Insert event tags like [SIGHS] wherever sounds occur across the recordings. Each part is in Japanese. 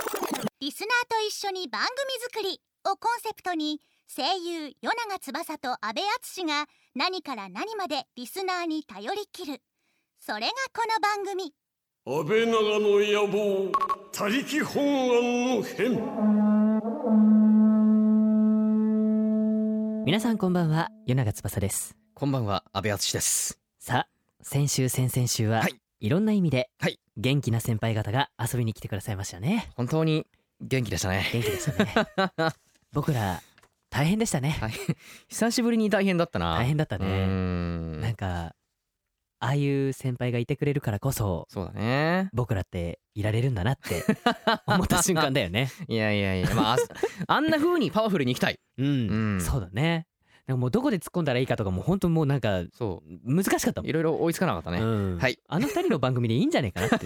リスナーと一緒に番組作り」をコンセプトに声優与永翼と阿部淳が何から何までリスナーに頼りきるそれがこの番組安倍長の野望他力本願の変皆さんこんばんは与永翼ですこんばんは、安倍敦です。さあ先週先々週は、はいい、ろんな意味で、はい元気な先輩方が遊びに来てくださいましたね本当に元気でしたね。元気でしたね [LAUGHS] 僕ら大変でしたね、はい久しぶりに大変だったな。大変だったうーねんなんかああいう先輩がいてくれるからこそそうだね。僕らっていられるんだなって [LAUGHS] 思った瞬間だよねいやいやいや、まああす、 [LAUGHS] あんな風にパワフルに行きたい。うん、うんそうだねでももうどこで突っ込んだらいいかとかもう本当もうなんかそ難しかったう。もんいろいろ追いつかなかったね。うんはいあの二人の番組でいいんじゃねえかなって [LAUGHS]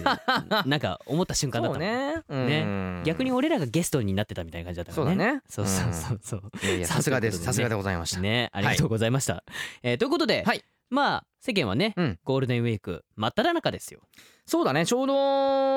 なんか思った瞬間だっそたうもんね。うん逆に俺らがゲストになってたみたいな感じだったかそうらねだね。そうそうそうそう、うん。いやいや、さすがです。 [LAUGHS] ささすすががででございました。ねありがとうございました、えーということで、はいまあ世間はね、うんゴールデンウィーク真っ只中ですよそうだね。ちょう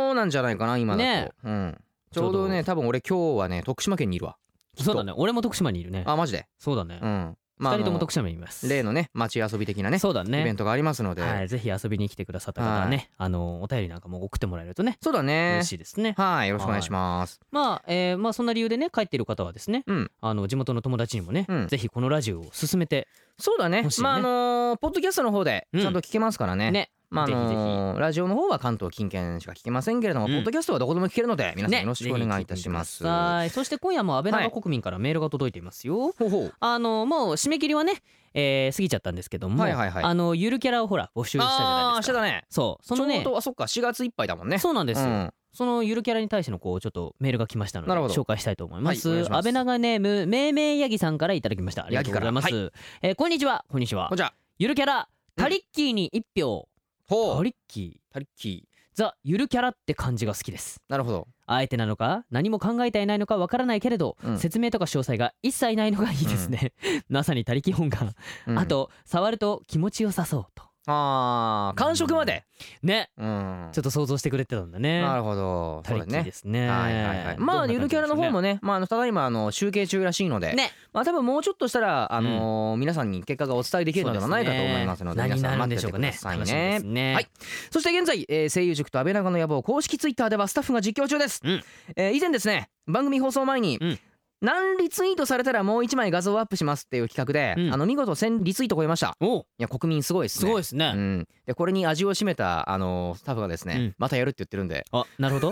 どなんじゃないかな、今だねと。うん。ちょうどね、多分俺今日はね、徳島県にいるわ。きっとそうだね俺も徳島にいるねあ、マジで。そうだね、う二ん。まあ人とも徳あ島にいますの例のね、街遊び的なね、そうだイベねントがありますので。はいぜひ遊びに来てくださった方はね、あのお便りなんかも送ってもらえるとねそうだね嬉。しいですね、はい、よろしくお願いします。まあ、えーまあそんな理由でね帰っている方はですね、うんあの地元の友達にもね、うんぜひこのラジオを勧めてそうだねもしねまああのーポッドキャストの方でうんちゃんと聞けますからね。ねまああのーぜひラジオの方は関東近県しか聞けませんけれども、うんポッドキャストはどこでも聞けるので皆さんねよろしくお願いいたします。ぜひ聞いてみてくださいそして今夜も安倍長国民からメールが届いていますよ、ほうほうあのもう締め切りはね、えー過ぎちゃったんですけども、はいはいはいあのゆるキャラをほら募集したじゃあなあいーでしすてか。たね。そうそちょのねうどあそっか4月いっぱいだもんね。そうなんですよ、んそのゆるキャラに対してのこうちょっとメールが来ましたのでなるほど紹介したいと思います,、はいお願いします安倍長ネームめいめいヤギさんからいただきましたありがとうございます、ヤえーこんにちはこんにちはほじゃゆるキャラタリッキーに一票、ほタうリッキタリッキーーザゆるキャラって感じが好きですなるほど。あえてなのか何も考えていないのかわからないけれど、うん説明とか詳細が一切ないのがいいですね、 [LAUGHS] まさに他力本願うんあと触ると気持ちよさそうとああ完食まで。ねうんちょっと想像してくれてたんだねなるほど。他そうだ力ねで。すねはいはいはい、まあゆるキャラの方もね、まあ、あのただいまあの集計中らしいので、ねまあ、多分もうちょっとしたら、あのー皆さんに結果がお伝えできるのではないかと思いますのでそうですね何皆にさなんるん待でってしょてうかくねださい楽しみねですねはいそして現在、えー声優塾と安倍長の野望公式ツイッターではスタッフが実況中です、うんえー以前ですね番組放送前に、うん何リツイートされたらもう一枚画像をアップしますっていう企画で、うんあの見事1000リツイート超えましたおいや国民すごいですすねごいですうねん、でこれに味を占めた、あのースタッフがですね、うんまたやるって言ってるんであなるほど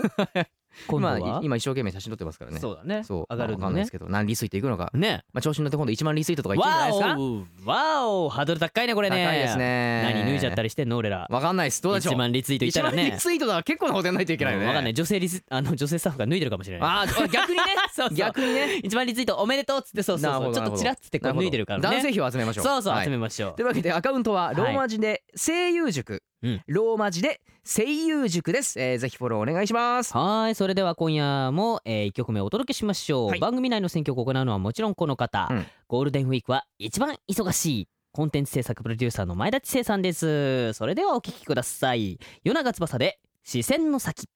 今度 [LAUGHS] 今はい今一生懸命写真撮ってますからねそうだねそう上がるわかのんないでねすけど何リツイートいくのか、ねまあ、調子に乗って今度1万リツイートとかいってんじゃなわいですかおわおハードル高いねこれね高いですね何脱いじゃったりしてんの俺らわかんないですどうでしょう1万リツイートいたら1ね万リツイートだから結構なことやんないといけないよね、うんわかんない女性リスあの女性スタッフが脱いでるかもしれないあー逆にね [LAUGHS] そうそう逆にね一番リツイートおめでとうっつってそうそうなるそほうどちょっとちらっつってこう脱いでるからね男性費を集めましょうそうそうはい集めましょうというわけでアカウントはローマ字で声優塾、うんローマ字で声優塾です、えー、ぜひフォローお願いしますはいそれでは今夜も、え1曲目お届けしましょう、はい番組内の選曲を行うのはもちろんこの方、うんゴールデンウィークは一番忙しいコンテンツ制作プロデューサーの前田知世さんですそれではお聴きください夜長翼で視線の先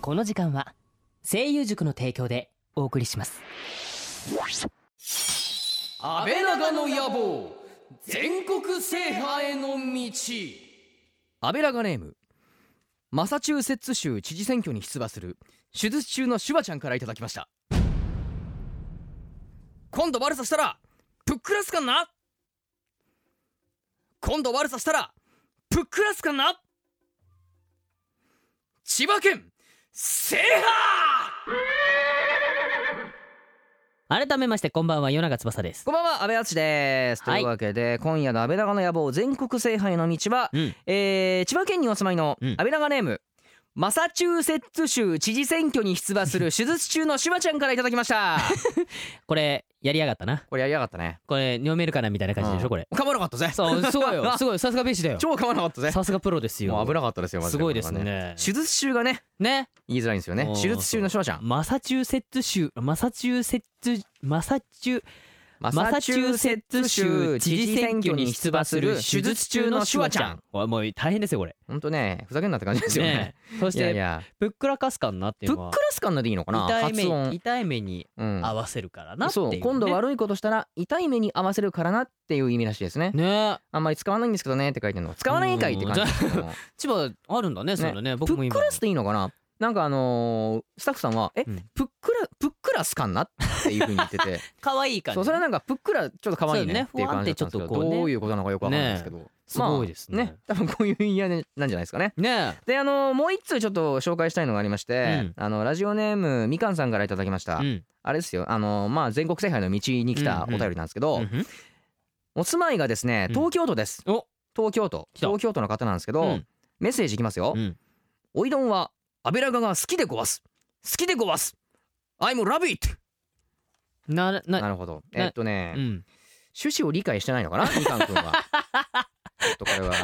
この時間は声優塾の提供でお送りします安倍長の野望全国制覇への道安倍長ネームマサチューセッツ州知事選挙に出馬する手術中のシュワちゃんからいただきました今度悪さしたらぷっくらすかな今度悪さしたらぷっくらすかな千葉県制覇改めましてこんばんは夜長翼ですこんばんは安倍敦です、はいというわけで今夜の安倍長の野望全国制覇への道はうんえー千葉県にお住まいのうん安倍長ネーム、マサチューセッツ州知事選挙に出馬 [LAUGHS] する手術中のシュワちゃんからいただきましたこれやりやがったなこれやりやがったね [LAUGHS] これ読めるかなみたいな感じでしょ [LAUGHS] これ噛まなかったぜそうそうよ [LAUGHS] すごいさすがベシだよ超噛まなかったぜさすがプロですよもう危なかったですよマジすごいですこれはね手術中がねね言いづらいんですよねおー手術中のシュワちゃんマサチューセッツ州マサチューセッツマサチュママササチチュューーセセッッツツ州州知知事事選選挙挙にに出出馬馬すするる手手術術中中ののシシュュワワちちゃゃんんおいもう大変ですよこれほんとねふざけんなって感じですよねね [LAUGHS] えそしいやいてやぷっくらかすかになってふっいうくのらはすかんなでいいのかな痛い発目音痛い目にうん合わせるからなっていうそねう今度悪いことしたら痛い目に合わせるからなっていう意味らしいですねねあんまり使わないんですけどねって書いてるの使わないんかいって感じですけども千葉あるんだねそういうのね僕ぷもっ今くらすっていいのかななんかあのースタッフさんは「えうんぷっくらぷっくらすかんな?」っていうふうに [LAUGHS] 言ってて可愛い感じそうそれはなんかぷっくらちょっと可愛いねっていうそうねふわん感っじてだったんですけちょっとこどうねどういうことなのかよくわかんないんですけどすごいですね,、ね多分こういう意味合いなんじゃないですかねねであのもう一通ちょっと紹介したいのがありまして、あのラジオネームみかんさんからいただきました、えうんあれですよあのまあ全国制覇の道に来たお便りなんですけど、うんお住まいがですねうん東京都です、お東京都来た東京都の方なんですけど、うんメッセージいきますよ、うんおいどんはアベラガが好きでごわす好きでごわす I'm rabbit なななるほどなえっとね、うん趣旨を理解してないのかなみかんく [LAUGHS] んはちょっとこれは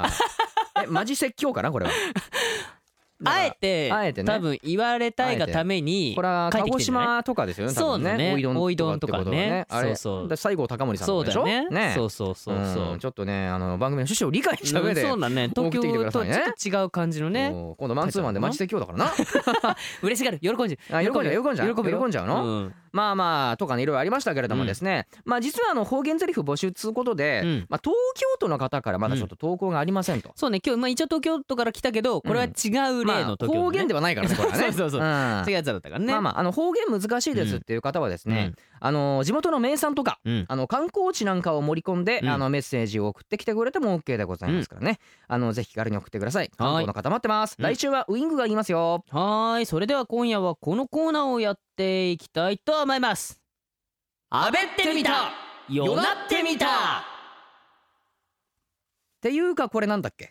えマジ説教かなこれはあえてあえてね多分言われたいがためにこれは鹿帰って児きてんじゃない島とかですよね多分そうだねおいどんとかってことだよねおあいどんとかねそれうそうだ西郷隆盛さんそとうかでだしょよねそうそうそうそう、んちょっとねあの番組の趣旨を理解した上でそうだね送っ東てきてく京ださといちねょっと違う感じのねもう今度マンツーマンでマジ説教だからな [LAUGHS] 嬉しがる喜んじあゃう喜んじゃう喜んじゃう喜ぶよ喜んじゃうのうんまあまあとかねいろいろありましたけれどもですねまあ実はあの方言ゼリフ募集つうことうでんまあ東京都の方からまだちょっと投稿がありませんとそうね今日まあ一応東京都から来たけどこれは違う例まの東京あ都ね方言ではないからねこれはね [LAUGHS] そうそうそううん違うやつだったからねまあまああの方言難しいですっていう方はですねあの地元の名産とかうんあの観光地なんかを盛り込んで、うんあのメッセージを送ってきてくれても OK でございますからね、あのぜひ気軽に送ってくださいは関い東の方待ってます、うん来週はウイングが言いますよはーいそれでは今夜はこのコーナーをやっていきたいと思いますあべってみたよなってみたっていうかこれなんだっけ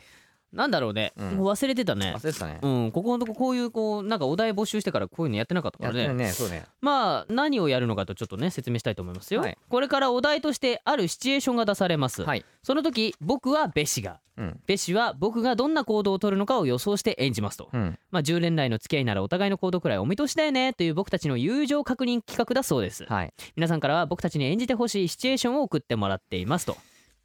なんだろうね、うんもう忘れてたね忘れてたね、うんここのとここういうこうなんかお題募集してからこういうのやってなかったかやっらてるねねそうねまあ何をやるのかとちょっとね説明したいと思いますよ、はいこれからお題としてあるシチュエーションが出されます、はいその時僕はベシがうんベシは僕がどんな行動を取るのかを予想して演じますと、うんまあ10年来の付き合いならお互いの行動くらいお見通しだよねという僕たちの友情確認企画だそうです、はい皆さんからは僕たちに演じてほしいシチュエーションを送ってもらっていますと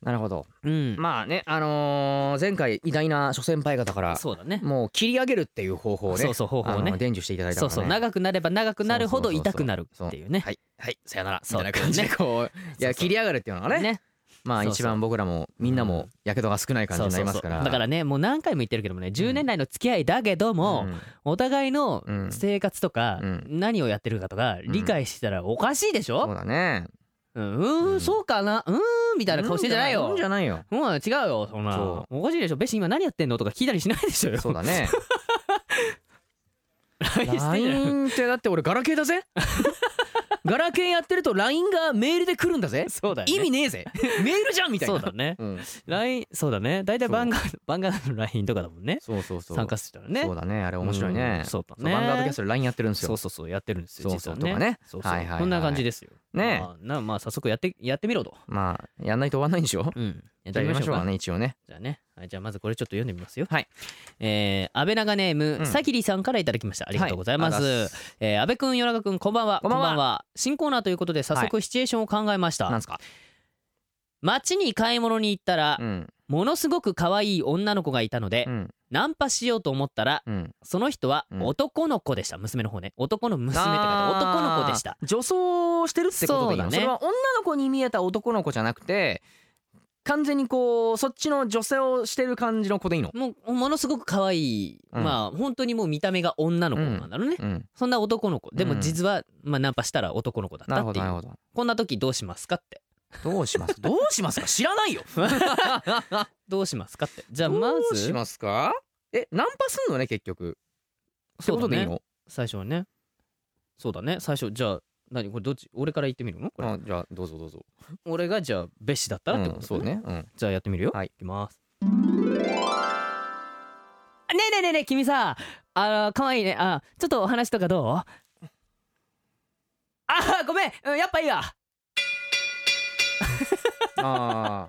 なるほどうんまあねあのー前回偉大な諸先輩方からそうだねもう切り上げるっていう方法をねそうそう方法をねあの伝授していただいたかそら、うね、そう長くなれば長くなるほど痛くなるっていうねはいはいさよならみそうたいな感じでこういそうそやう切り上がるっていうのがねねまそうあそう一番僕らもみんなもやけどが少ない感じそうになそりうまそすうからだからねもう何回も言ってるけどもね10年来の付き合いだけどもうんお互いのうん生活とかうん何をやってるかとかん理解したらおかしいでしそょうだねうんううんんそうかなうんみたいな顔してんじゃないようんじゃないようん違うよそんなそおかしいでしょ別に今何やってんのとか聞いたりしないでしょよそうだね LINE してんじゃない LINE ってだって俺ガラケーだぜガラケーやってると LINE がメールで来るんだぜそうだよね意味ねえ [LAUGHS] ぜメールじゃんみたいそなうだねうん LINE そうだね大体そうバンガードバンガードの LINE とかだもんねそうそうそう参加したらねそうだねあれ面白いねうんそうだねバンガードキャストで LINE やってるんですそようそうそうやってるんですよそうそう実はねとそうかそうねはいはいはいこんな感じですよねえまあなまあ早速やってやってみろとまあやんないと終わんないんでしょうん [LAUGHS] やっじてゃあみやりままししょょううかかね一応ねじゃあねはいじゃあまずこれちょっと読んでみますよはいえー安倍長ネーム、うんさきりさんからいただきましたありがとうございます、はあらえー安倍くんよながくんこんばんはこんばんは新コーナーということで早速シチュエーションを考えました、なんすか街に買い物に行ったら、うんものすごく可愛い女の子がいたので、うんナンパしようと思ったらうんその人はうん男の子でした、娘の方ね男の娘って書いてあるあー男の子でした女装してるってことでいいのそうだそねれは女の子に見えた男の子じゃなくて完全にこうそっちの女性をしてる感じの子でいいのもうものすごく可愛い、うんまあ本当にもう見た目が女の子なんだろうね、うんそんな男の子でうもん実は、まあ、ナンパしたら男の子だっなたるほってどいなるうほどこんな時どうしますかってどう [LAUGHS] しますどうしますか知らないよどうしますかってじゃあどまうしずますかえナンパすんのね結局ってそこうだとでいいの最初はねそうだね最初じゃあ何これどっち俺から言ってみるのこれ、あじゃあどうぞどうぞ俺がじゃあ別紙だったらってこうと、んそうね [LAUGHS] うんじゃあやってみるよはいきますあねえねえねえねえ君さあ可愛いねあちょっとお話とかどうあーごめんうんやっぱいいわああ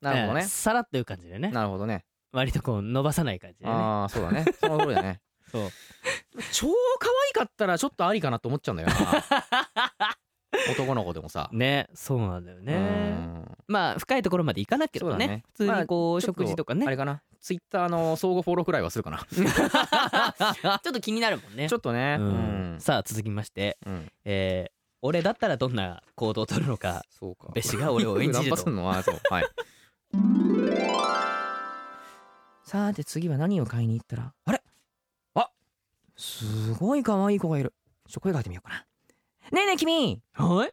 なるほどええねさらっという感じでねなるほどね割とこう伸ばさない感じでねああそうだねその通りだ [LAUGHS] ねそう [LAUGHS] 超可愛かったらちょっとありかなと思っちゃうんだよな男の子でもさねそうなんだようねんまあ深いところまでいかなければねそうだね普通にこう、ちょっ食事とかねあれかなツイッターの相互フォローくらいはするかな [LAUGHS] ちょっと気になるもんねちょっとねううんんさあ続きまして、うんえー俺だったらどんな行動を取るのかそうかべしが俺を演じるナン [LAUGHS] パすとんのあそうはいさて次は何を買いに行ったらあれあすごい可愛い子がいるちょっと声かけてみようかなねえねえ君はい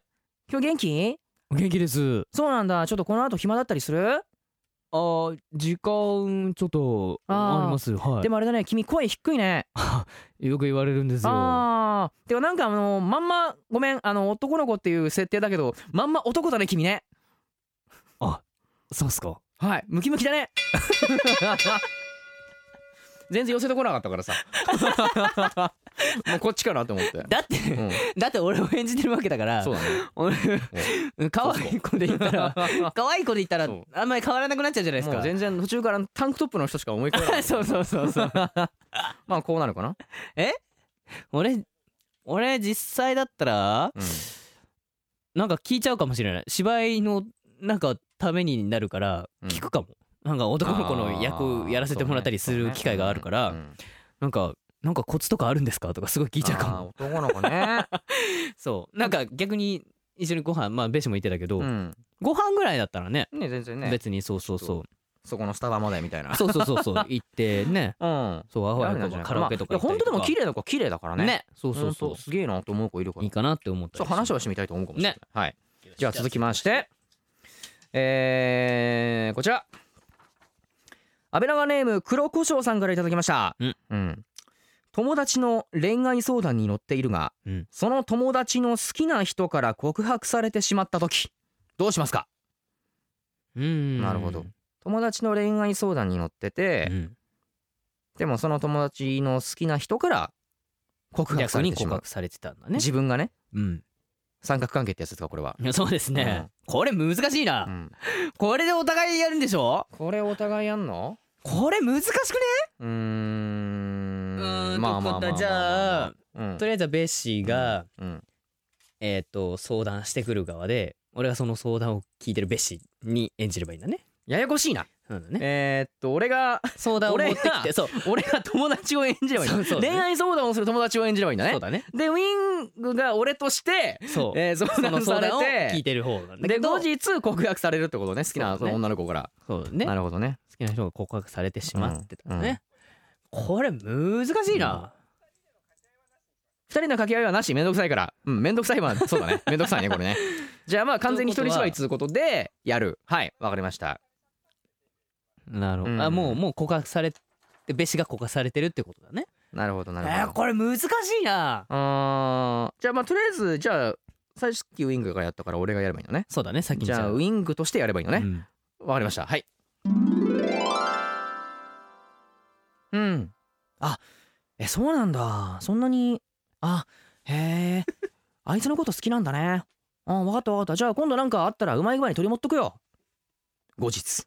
今日元気お元気ですそうなんだちょっとこの後暇だったりするあー時間ちょっとあーありますはでいもあれだね君声低いねよく言われるんですよああてかなんかあのまんまごめんあの男の子っていう設定だけどまんま男だね君ねそうっすかはいムキムキだね全然寄せてこなかったから [LAUGHS] さもうこっちかなと思って、だって、 [LAUGHS] うん、だって俺を演じてるわけだからそうだね俺可愛い子で言ったら可愛い子で言ったらそうあんまり変わらなくなっちゃうじゃないですもうか全然途中からタンクトップの人しか思い浮かばないそうそうそうそう [LAUGHS] まあこうなるかな、俺俺実際だったらうんなんか聞いちゃうかもしれない芝居のなんかためになるからうん聞くかも、なんか男の子の役やらせてもらったりする機会があるから、なんかなんかコツとかあるんですかとかすごい聞聞いちゃうかも男の子 [LAUGHS] ね、そうなんか逆に一緒にご飯まあベシも言ってたけど、うん、ご飯ぐらいだったらねね全然ね別にそうそうそそこのスタバまでみたいなうそうそうそうそう [LAUGHS] 行ってねうんそうアホやかカラオケとか行まあいやった本り当とでかも綺麗な子は綺麗だからねねそうそうほそんとすげえなと思う子いるかうらいいかなって思ったちょっとりする話はしてみたいと思うかもしれない、ねはいじゃあ続きましてえー、こちら安倍長ネーム黒胡椒さんからいただきましたうん、友達の恋愛相談に乗っているが、うんその友達の好きな人から告白されてしまった時どうしますかうんなるほど友達の恋愛相談に乗ってて、うんでもその友達の好きな人から告白さ逆れにてし告まう白されてたんだね自分がねうん三角関係ってやつですかこれは、いやそうですね、これ難しいうな、ん、これでお互いやるんでしょこれお互いやんのこれ難しくねうーんうーんまあまあまあまあまあじゃあうんとりあえずはベッシーが、うんえっ、と相談してくる側で俺がその相談を聞いてるベッシーに演じればいいんだねややこしいなそうだねえーっと俺 [LAUGHS] が相談を持ってき俺てがそう俺が友達を演じればいいんだそうそう恋愛相談をする友達を演じればいいんだそねうだねでウィングが俺として、そう、えー、相その談さ相れ談を聞いててる方なんだでけど後日告白されるってことね好きなそうだね女の子から、そうだねなるほどね好きな人が告白されてしまってたうんうんね、これ難しいな、二人の掛け合いはなしめんどくさいからうんめんどくさいは [LAUGHS] そうだねめんどくさいねこれねじゃあまあ完全に一人芝居つうことでやるはいわかりましたなるほど、うんあもうもう告白されてべしが告白されてるってことだねなるほどなえるほど、ーこれ難しいなあーじゃあまあとりあえずじゃあ最初ウィングがやったから俺がやればいいのねそうだね先にじゃあウィングとしてやればいいのね、ねわ、かりましたはいうんあえそうなんだそんなにあへえあいつのこと好きなんだねあ分かった分かったじゃあ今度なんかあったらうまい具合に取り持っとくよ後日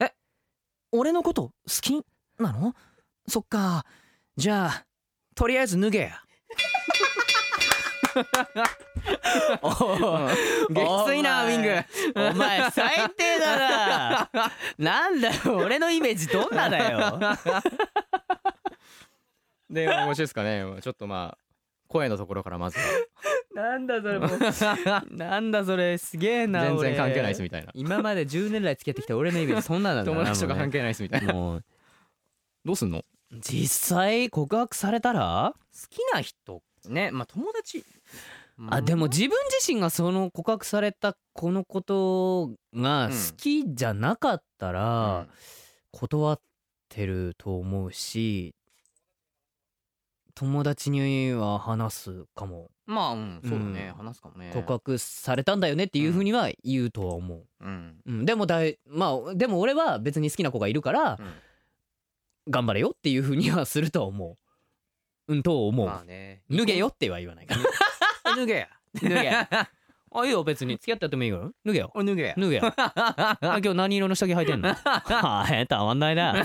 え俺のこと好きなのそっかじゃあとりあえず脱げや [LAUGHS] おーげついなウお前ィングお前最低だな [LAUGHS] なんだよ俺のイメージどんなだよで面白いですかね [LAUGHS] ちょっとまあ声のところからまずはなんだそれもうなんだそれすげえな全俺然関係ないですみたいな今まで10年来付き合ってきた俺のイメージそんななんだな友達とか関係ないですみたいなもうどうすんの好実際告白されたらきな人ねまあ友達あでも自分自身がその告白されたこのことが好きじゃなかったら断ってると思うし友達には話すかもまあうんそうだねうん話すかもね告白されたんだよねっていうふうには言うとは思う、うんうん、でもだいまあでも俺は別に好きな子がいるからうん頑張れよっていうふうにはするとは思ううんと思う、まあね脱げよっては言わないから脱げや脱 [LAUGHS] げあいいよ別に付き合ってやってもいいから脱げよ脱げや脱げよあ今日何色の下着履いてんのはいたまんないな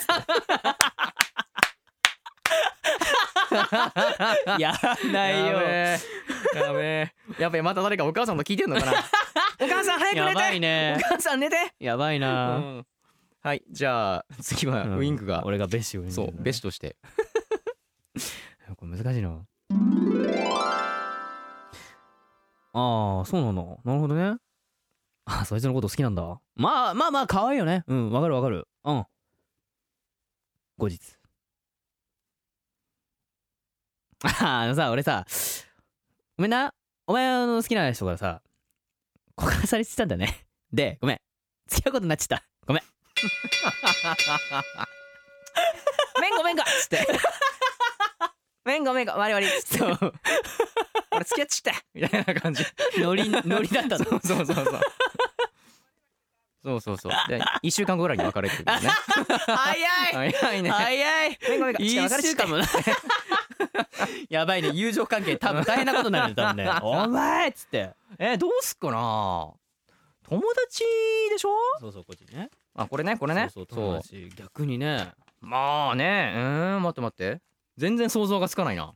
[LAUGHS] やらなやいよべえやべえやべえまた誰かお母さんと聞いてんのかな [LAUGHS] お母さん早くやば寝いてねお母さん寝てやばいうなんはいじゃあ次はウインクが俺がベッシュをそうベシとしてこれ難しいなああそうなのなるほどねあそいつのこと好きなんだまあまあまあ可愛いよねうんわかるわかるうん後日あーあのさ俺さごめんなお前の好きな人からさ告白されてたんだねでごめん付き合うことになっちゃった [LAUGHS] ごめんごめんごめんごめんっつって [LAUGHS] ごめんごめんごめん我々そう俺付き合っちゃったみたいな感 [LAUGHS] じノリノリだったのそうそうそうそうそうそうそうで1週間後ぐらいに別れてるんだよね早い [LAUGHS] 早いね早いごめんごめんいちょっいと別れちゃ週った間もな [LAUGHS] やばいね友情関係多分大変なことになるよ多分 [LAUGHS] ねお前っつってえーどうすっかな友達でしょそうそうこっちねあこれねこれねそうそう友達逆にねまあねうーん待って待って全然想像がつかないな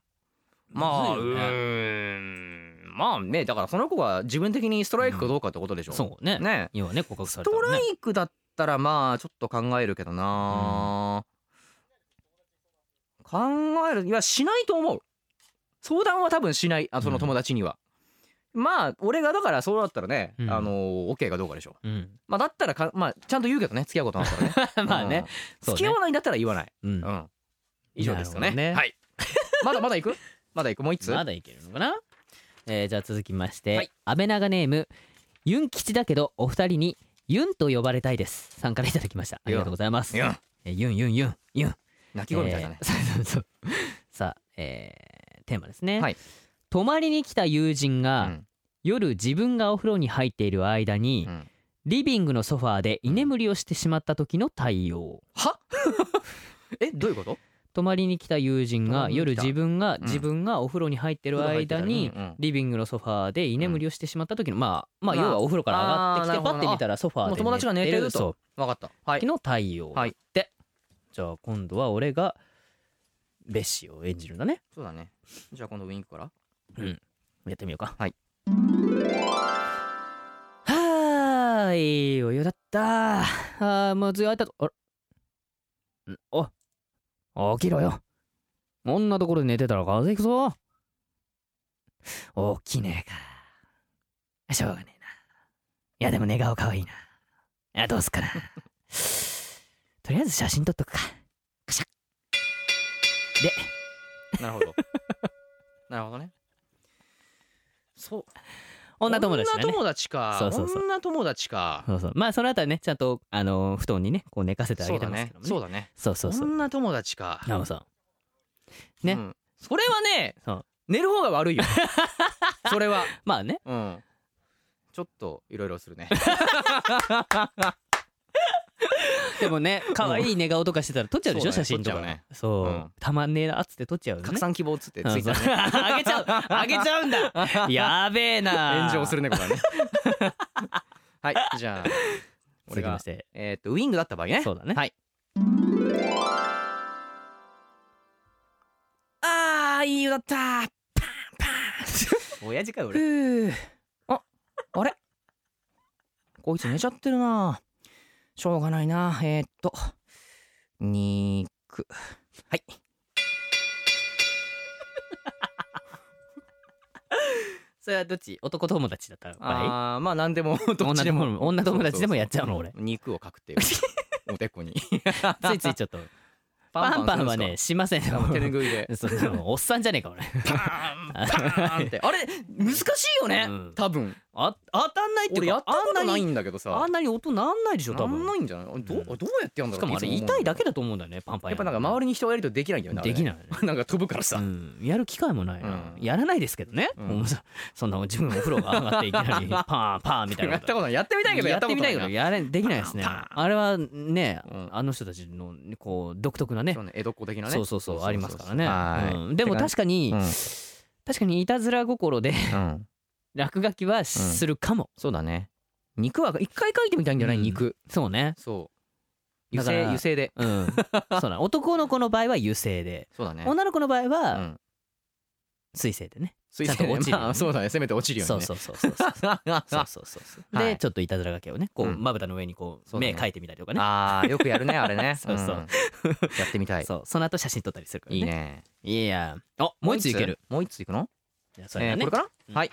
まあ、むうずいよねーんまあねだからその子が自分的にストライクかどうかってことでしょ、そうねね要はね告白さスれたトらラねイクだったらまあちょっと考えるけどな、考えるいやしないと思う相談は多分しないあその友達には、まあ俺がだからそうだったらね、うんあの OK かどうかでしょうんまあだったらかまあちゃんと言うけどね付き合うことになったら [LAUGHS] ねまあねうんそう付ねき合わないんだったら言わない、ううんん、以上ですかなねるほどねはい [LAUGHS] まだまだ行くまだ行くもう一つ、まだいけるのかなえーじゃあ続きましはてい安倍長ネームユン吉だけどお二人にユンと呼ばれたいですさんからいただきましたありがとうございますいやえーユンユンユンユン泣き声みたいだね、えーそうそうそうさあ、えーテーマですね、はい泊まりに来た友人が、うん夜自分がお風呂に入っている間に、うんリビングのソファーで居眠りをしてしまった時の対応はえどういうこと泊まりに来た友人泊まがりに来た夜自分が、ん自分がお風呂に入ってる間に、うんうんリビングのソファーで居眠りをしてしまった時の、まあまあまあ要はお風呂から上がってきあーなるてほパどッて見たらソファーもでう友達が寝てるとそうわかったはい時の対応はいでじゃあ今度は俺がベッシーを演じるんだねそうだね。じゃあ今度ウィンクから。やってみようかはいはーいお湯だったあーもう強いたとあらんお起きろよこんなところで寝てたら風邪ひくぞ起きねえかしょうがねえないやでも寝顔かわいいないやどうすっかな [LAUGHS] とりあえず写真撮っとくかカシャッでなるほ [LAUGHS] ど。なるほどね。そう。女友達だね女友達か。そうそうそう女友達か。そうそうまあその後はねちゃんとあの布団にねこう寝かせてあそげうてだますねけど。もねそうだね。そうそうそう女友達か。山本さんねうんそれはねそう、寝る方が悪いよ。それは。まあねうん。ちょっといろいろす [LAUGHS] るね。でも [LAUGHS] ね可愛い寝顔とかしてたら撮っちゃうでしょそうだ写真ねと撮っかちゃうねそううんたまんねえなっつって撮っちゃうよね拡散希望っつってうんツそう [LAUGHS] イッターね。あげちゃうあげちゃうんだ [LAUGHS] やべえな炎上するるねこれは [LAUGHS] ね。はい。じゃあ続俺きまがしてえーっとウィングだった場合ね。そうだねはい。ああいい湯だったパンパ親父かよンふうああれこいつ寝ちゃってるなしょうがないなえー、っと肉はいそれはどっち男友達だった場合あーまあ何でも [LAUGHS] どっ女ちでも友女友達でもやっちゃうの俺肉をかくっていう [LAUGHS] おで [LAUGHS] こについつい [LAUGHS] ちょっとパンパンはねしませんパンパンするんですかあもう手拭いで [LAUGHS] そのおっさんじゃねえか [LAUGHS] 俺パーンパーンってあれ難しいよね、うん多分あ当たんないって俺いうやかったことなあんいなにんだけどさあんなに音なんないでしょ多なん分ないんじゃないあれど,、ううんどうやってやんだしろうかもあれつ思う痛いだけだと思うんだよねパンパンやっぱなんか周りに人がいるとできないんだよねできないいよね [LAUGHS] なんか飛ぶからさ、うん、やる機会もないな、うんやらないですけどね、うんもうさそんな自分お風呂が上がっていき [LAUGHS] なりパンパンみたいやなっことたことないやってみたいけどややっったてことみなたいいけどやれできないですねパンあれはね、うんあの人たちのこう独特なねそうね江戸っ子的なねそうそうそうありますからはいね、うんでも確かに、うん確かにいたずら心で [LAUGHS] うん落書きはするかも、そうだね肉は一回書いてみたいんじゃない、うん肉そうねそだ油か性ら油性でうんそうなの男の子の場合は油性でそうだね女の子の場合うはん水性でね水性ちゃんと落ちるよねまあそうだねせめて落ちるようそにうねそうそう [LAUGHS] そうそうそうそうそうそうはいでちょっといたずらがけをねこううんまぶたの上にこうそうだ目ね描いてみたりとかねああよくやるねあれねそうそうんやってみたいそうその後写真撮ったりするからねいいねいやあもう一ついけるもう一ついくのじゃあそれえだーねこれかうんなはい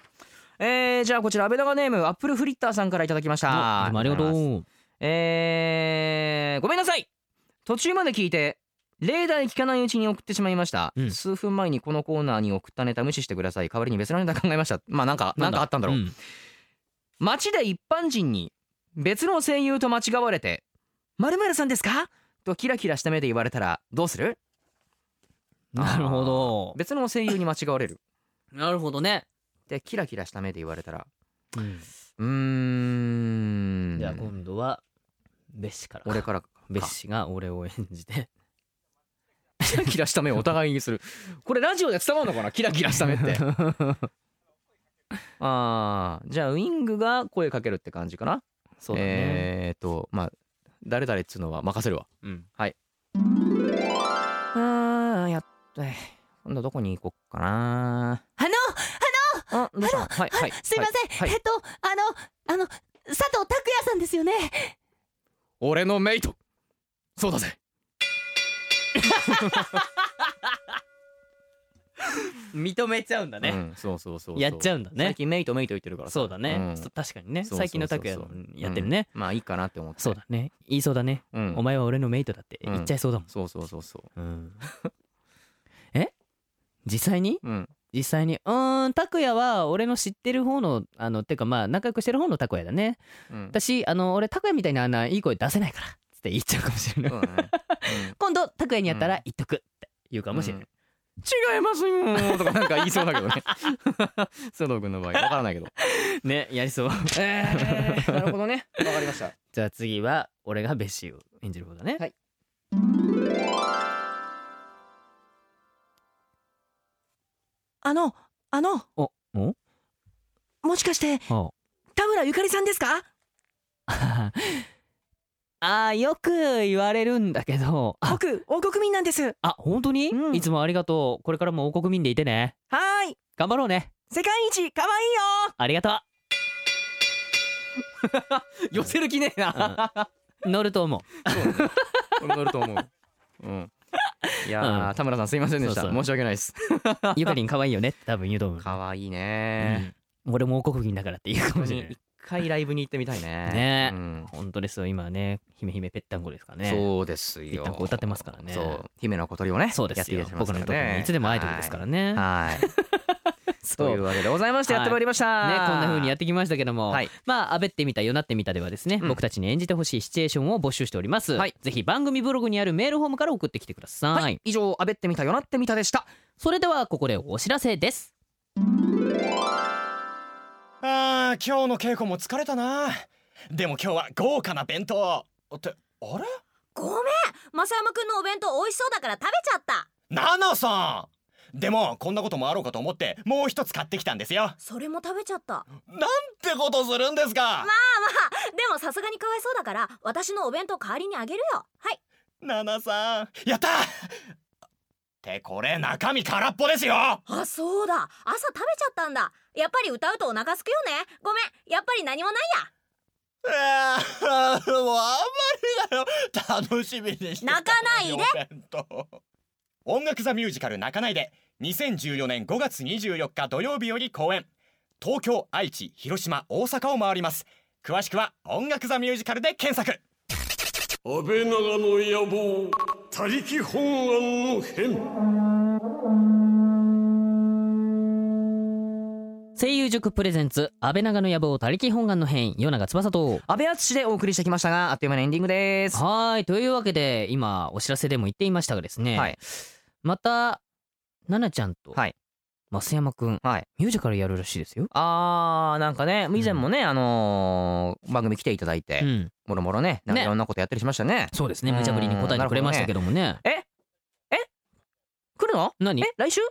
えーじゃあこちらアベダガネームアップルフリッターさんからいただきましたあでもありがとありがとうございますうえーごめんなさい途中まで聞いてレーダーに聞かないうちに送ってしまいました、うん数分前にこのコーナーに送ったネタ無視してください代わりに別のネタ考えましたまあなんかなんかあったんだろう、う街で一般人に別の声優と間違われて「まるさんですか?」とキラキラした目で言われたらどうするなるほど別の声優に間違われるなるほどねでキラキラした目で言われたらじうーんゃあ今度はベッシから俺からかベッシが俺を演じ [LAUGHS] てキラキラした目をお互いに [LAUGHS] するこれラジオで伝わるのかなキラキラした目ってあーじゃあウィングが声かけるって感じかなそうだねえーっとまあ誰々っつうのは任せるわうんうーんやっ [SIGHS] とえ今度どこに行こっかなあの、あどうしたのはいはいすいません、はいはえっと、あの、あの、佐藤拓也さんですよね。俺のメイトそうだぜ認めちゃうんだうねんそうそうそうそうやっちゃうんだね最近メイトメイト言ってるからさそうだねんそ確かにねそうそうそう最近の拓也のやってるねうんまあいいかなって思ってそうだね言いそうだねうんお前は俺のメイトだってうん言っちゃいそうだもんそうそうそうそうん [LAUGHS] え実際にううん実際にうーん拓也は俺の知ってる方のあのてかまあ仲良くしてる方の拓也だね [LAUGHS] うん私あの俺拓哉みたいなあんないい声出せないからつって言っちゃうかもしれない、そうだねうん今度拓哉にやったうんら言っとくって言うかもしれない、違いますよとかなんか言いそうだけどね [LAUGHS] 須藤君の場合わからないけどねやりそう [LAUGHS] えー、なるほどねわかりましたじゃあ次は俺がベッシーを演じる方だねはいあの、あの、おおもしかして、あ田村ゆかりさんですかあ [LAUGHS] あーよく言われるんだけどあ僕、王国民なんです。あ本当に、うんいつもありがとうこれからも王国民でいてねはーい、頑張ろうね世界一可愛いよありがと [LAUGHS] 寄せる気ねえな、う乗ると思う俺乗ると思ううんいやー、うん田村さんすいませんでしたそうそう申し訳ないですゆかりん可愛いよねって多分言うと思う、可愛いねうん俺も王国民だからって言うかもしれない一回ライブに行ってみたいねねえうん本当ですよ今はね姫姫ぺったんこですからねそうですぺっよたんこ歌ってますからねそう姫の小鳥をねそうですよやっていただいてます僕からのねとこにいつでもアイドルですからねねはいはいそうというわけでございましてやってまいりました、こんな風にやってきましたけども、はいまああべってみたよなってみたではですね、うん僕たちに演じてほしいシチュエーションを募集しております、はいぜひ番組ブログにあるメールフォームから送ってきてください、はい以上あべってみたよなってみたでしたそれではここでお知らせですああ今日の稽古も疲れたなでも今日は豪華な弁当ってあれごめん正山くんのお弁当美味しそうだから食べちゃったナナさんでもこんなこともあろうかと思ってもう一つ買ってきたんですよなんそれも食べちゃったてことするんですか、でもさすがにかわいそうだから私のお弁当代わりにあげるよはいナナさんやったってこれ中身空っぽですよあそうだ朝食べちゃったんだやっぱり歌うとお腹すくよねごめんやっぱり何もないやうわー [LAUGHS] もうあんまりだよ楽しみにしてたの泣にかないでお弁当音楽ザミュージカル泣かないで2014年5月24日土曜日より公演東京愛知広島大阪を回ります詳しくは音楽ザミュージカルで検索安倍長の野望他力本願の変声優塾プレゼンツ安倍長の野望他力本願の変与永翼と安倍淳でお送りしてきましたがあっという間のエンディングですはーいというわけで今お知らせでも言っていましたがですね、はいまた奈々ちゃんとはい増山くん、はいミュージカルやるらしいですよ、あーなんかね以前もね、あのー番組来ていただいて、うん、もろもろねなんかねいろんなことやったりしましたねそうですね無茶ぶりに答えてくれましたけどもね来るの何え来週ん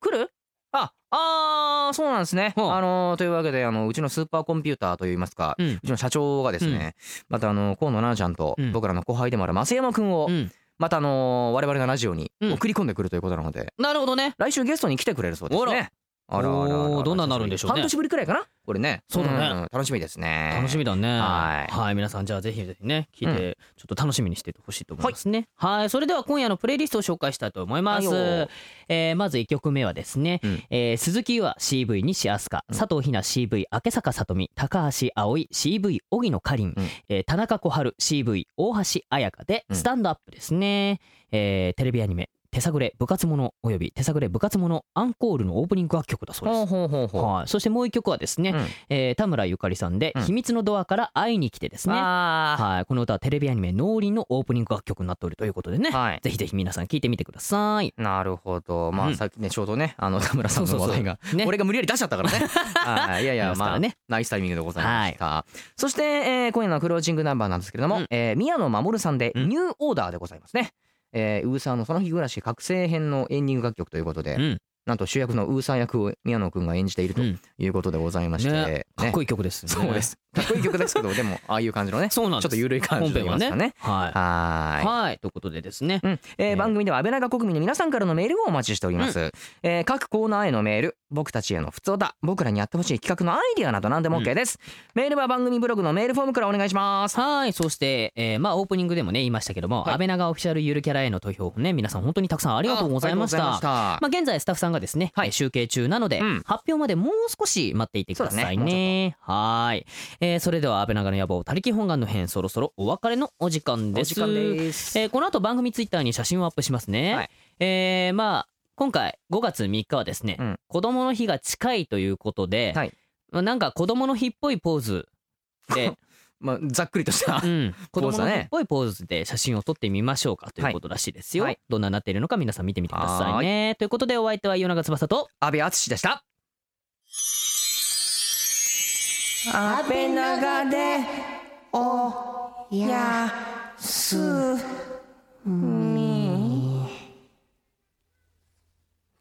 来るあ [LAUGHS] あーそうなんですね、うんあのーというわけであのうちのスーパーコンピューターといいますか、ううんちの社長がですね、またあの河野奈々ちゃんと、うん僕らの後輩でもある増山くんを、うんまたあのー我々がラジオにうん送り込んでくるということなので、なるほどね来週ゲストに来てくれるそうですねああららあらあらあおーらどんなになるんでしょうね半年ぶりくらいかなこれねそうだねん楽しみですね楽しみだねはい皆さんじゃあぜひぜひね聞いてちょっと楽しみにしててほしいと思いますねはいそれでは今夜のプレイリストを紹介したいと思います、はいよえーまず1曲目はですね、うんえー鈴木優は CV 西飛鳥、佐藤ひな CV 明坂さとみ高橋葵 CV 荻野かりんうんえー田中小春 CV 大橋彩香でうんスタンドアップですね、えーテレビアニメ手探れ部活者および手探れ部活者アンコールのオープニング楽曲だそうですほうほうほうほうはい、そしてもう一曲はですね、うんえー田村ゆかりさんでう「ん秘密のドアから会いに来て」ですね、あはい、この歌はテレビアニメ「農林」のオープニング楽曲になっておるということでね、ーはいぜひぜひ皆さん聴いてみてください。なるほどうまんあさっきねちょうどねあの田村さんの話題がね、 [LAUGHS] 俺が無理やり出しちゃったか [LAUGHS] らねはいいやい出やますかまらあねナイスタイミングでございました、そして、えー今夜のクロージングナンバーなんですけれども、うんえー宮野真守さんで「うんニューオーダー」でございますね、えーウーサーの「その日暮らし覚醒編」のエンディング楽曲ということで、うんなんと主役のウーサー役を宮野くんが演じているとうんいうことでございまして、ねねかっこいい曲です、ね、そうで。すかっこいい曲 [LAUGHS] ですけどでもああいう感じのねそうなんですちょっと緩い感本じと編言いはますかねね。はいはーいはいということでですね、うんえーね番組では安倍長国民の皆さんからのメールをお待ちしております、えー各コーナーへのメール僕たちへの普通だ僕らにやってほしい企画のアイディアなど何でも OK です、メールは番組ブログのメールフォームからお願いしますはいそして、えーまあ、オープニングでもね言いましたけども、安倍長オフィシャルゆるキャラへの投票ね皆さん本当にたくさんありがとうございましたありがとうございままあ、現在スタッフさんがですね、はいえー集計中なので、うん発表までもう少し待っていてくださいそうだねはーい、えーそれでは安倍長の野望他力本願の編そろそろお別れのお時間ですお時間ですえーこの後番組ツイッターに写真をアップしますね、はいえーまあ今回5月3日はですね、うん子供の日が近いということで、はいまあ、なんか子供の日っぽいポーズ [LAUGHS] で、まあ、ざっくりとしたうん、子ポ供ーズのだね日っぽいポーズで写真を撮ってみましょうかということらしいですよ、はいどんなになっているのか皆さん見てみてくださいねということでお相手は夜長翼と安倍敦でした安倍長でおやす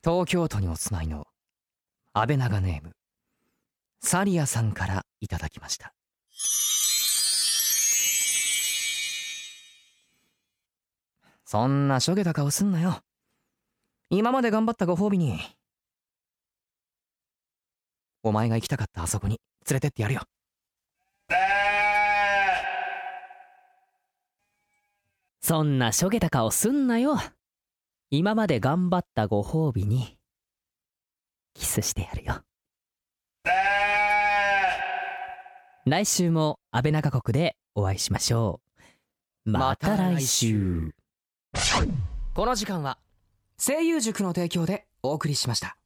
東京都にお住まいの安倍長ネームサリアさんからいただきましたそんなしょげた顔すんなよ今まで頑張ったご褒美にお前が行きたかったあそこに連れてってやるよそんなしょげた顔すんなよ今まで頑張ったご褒美にキスしてやるよ来週も安倍中国でお会いしましょうまた来週この時間は声優塾の提供でお送りしました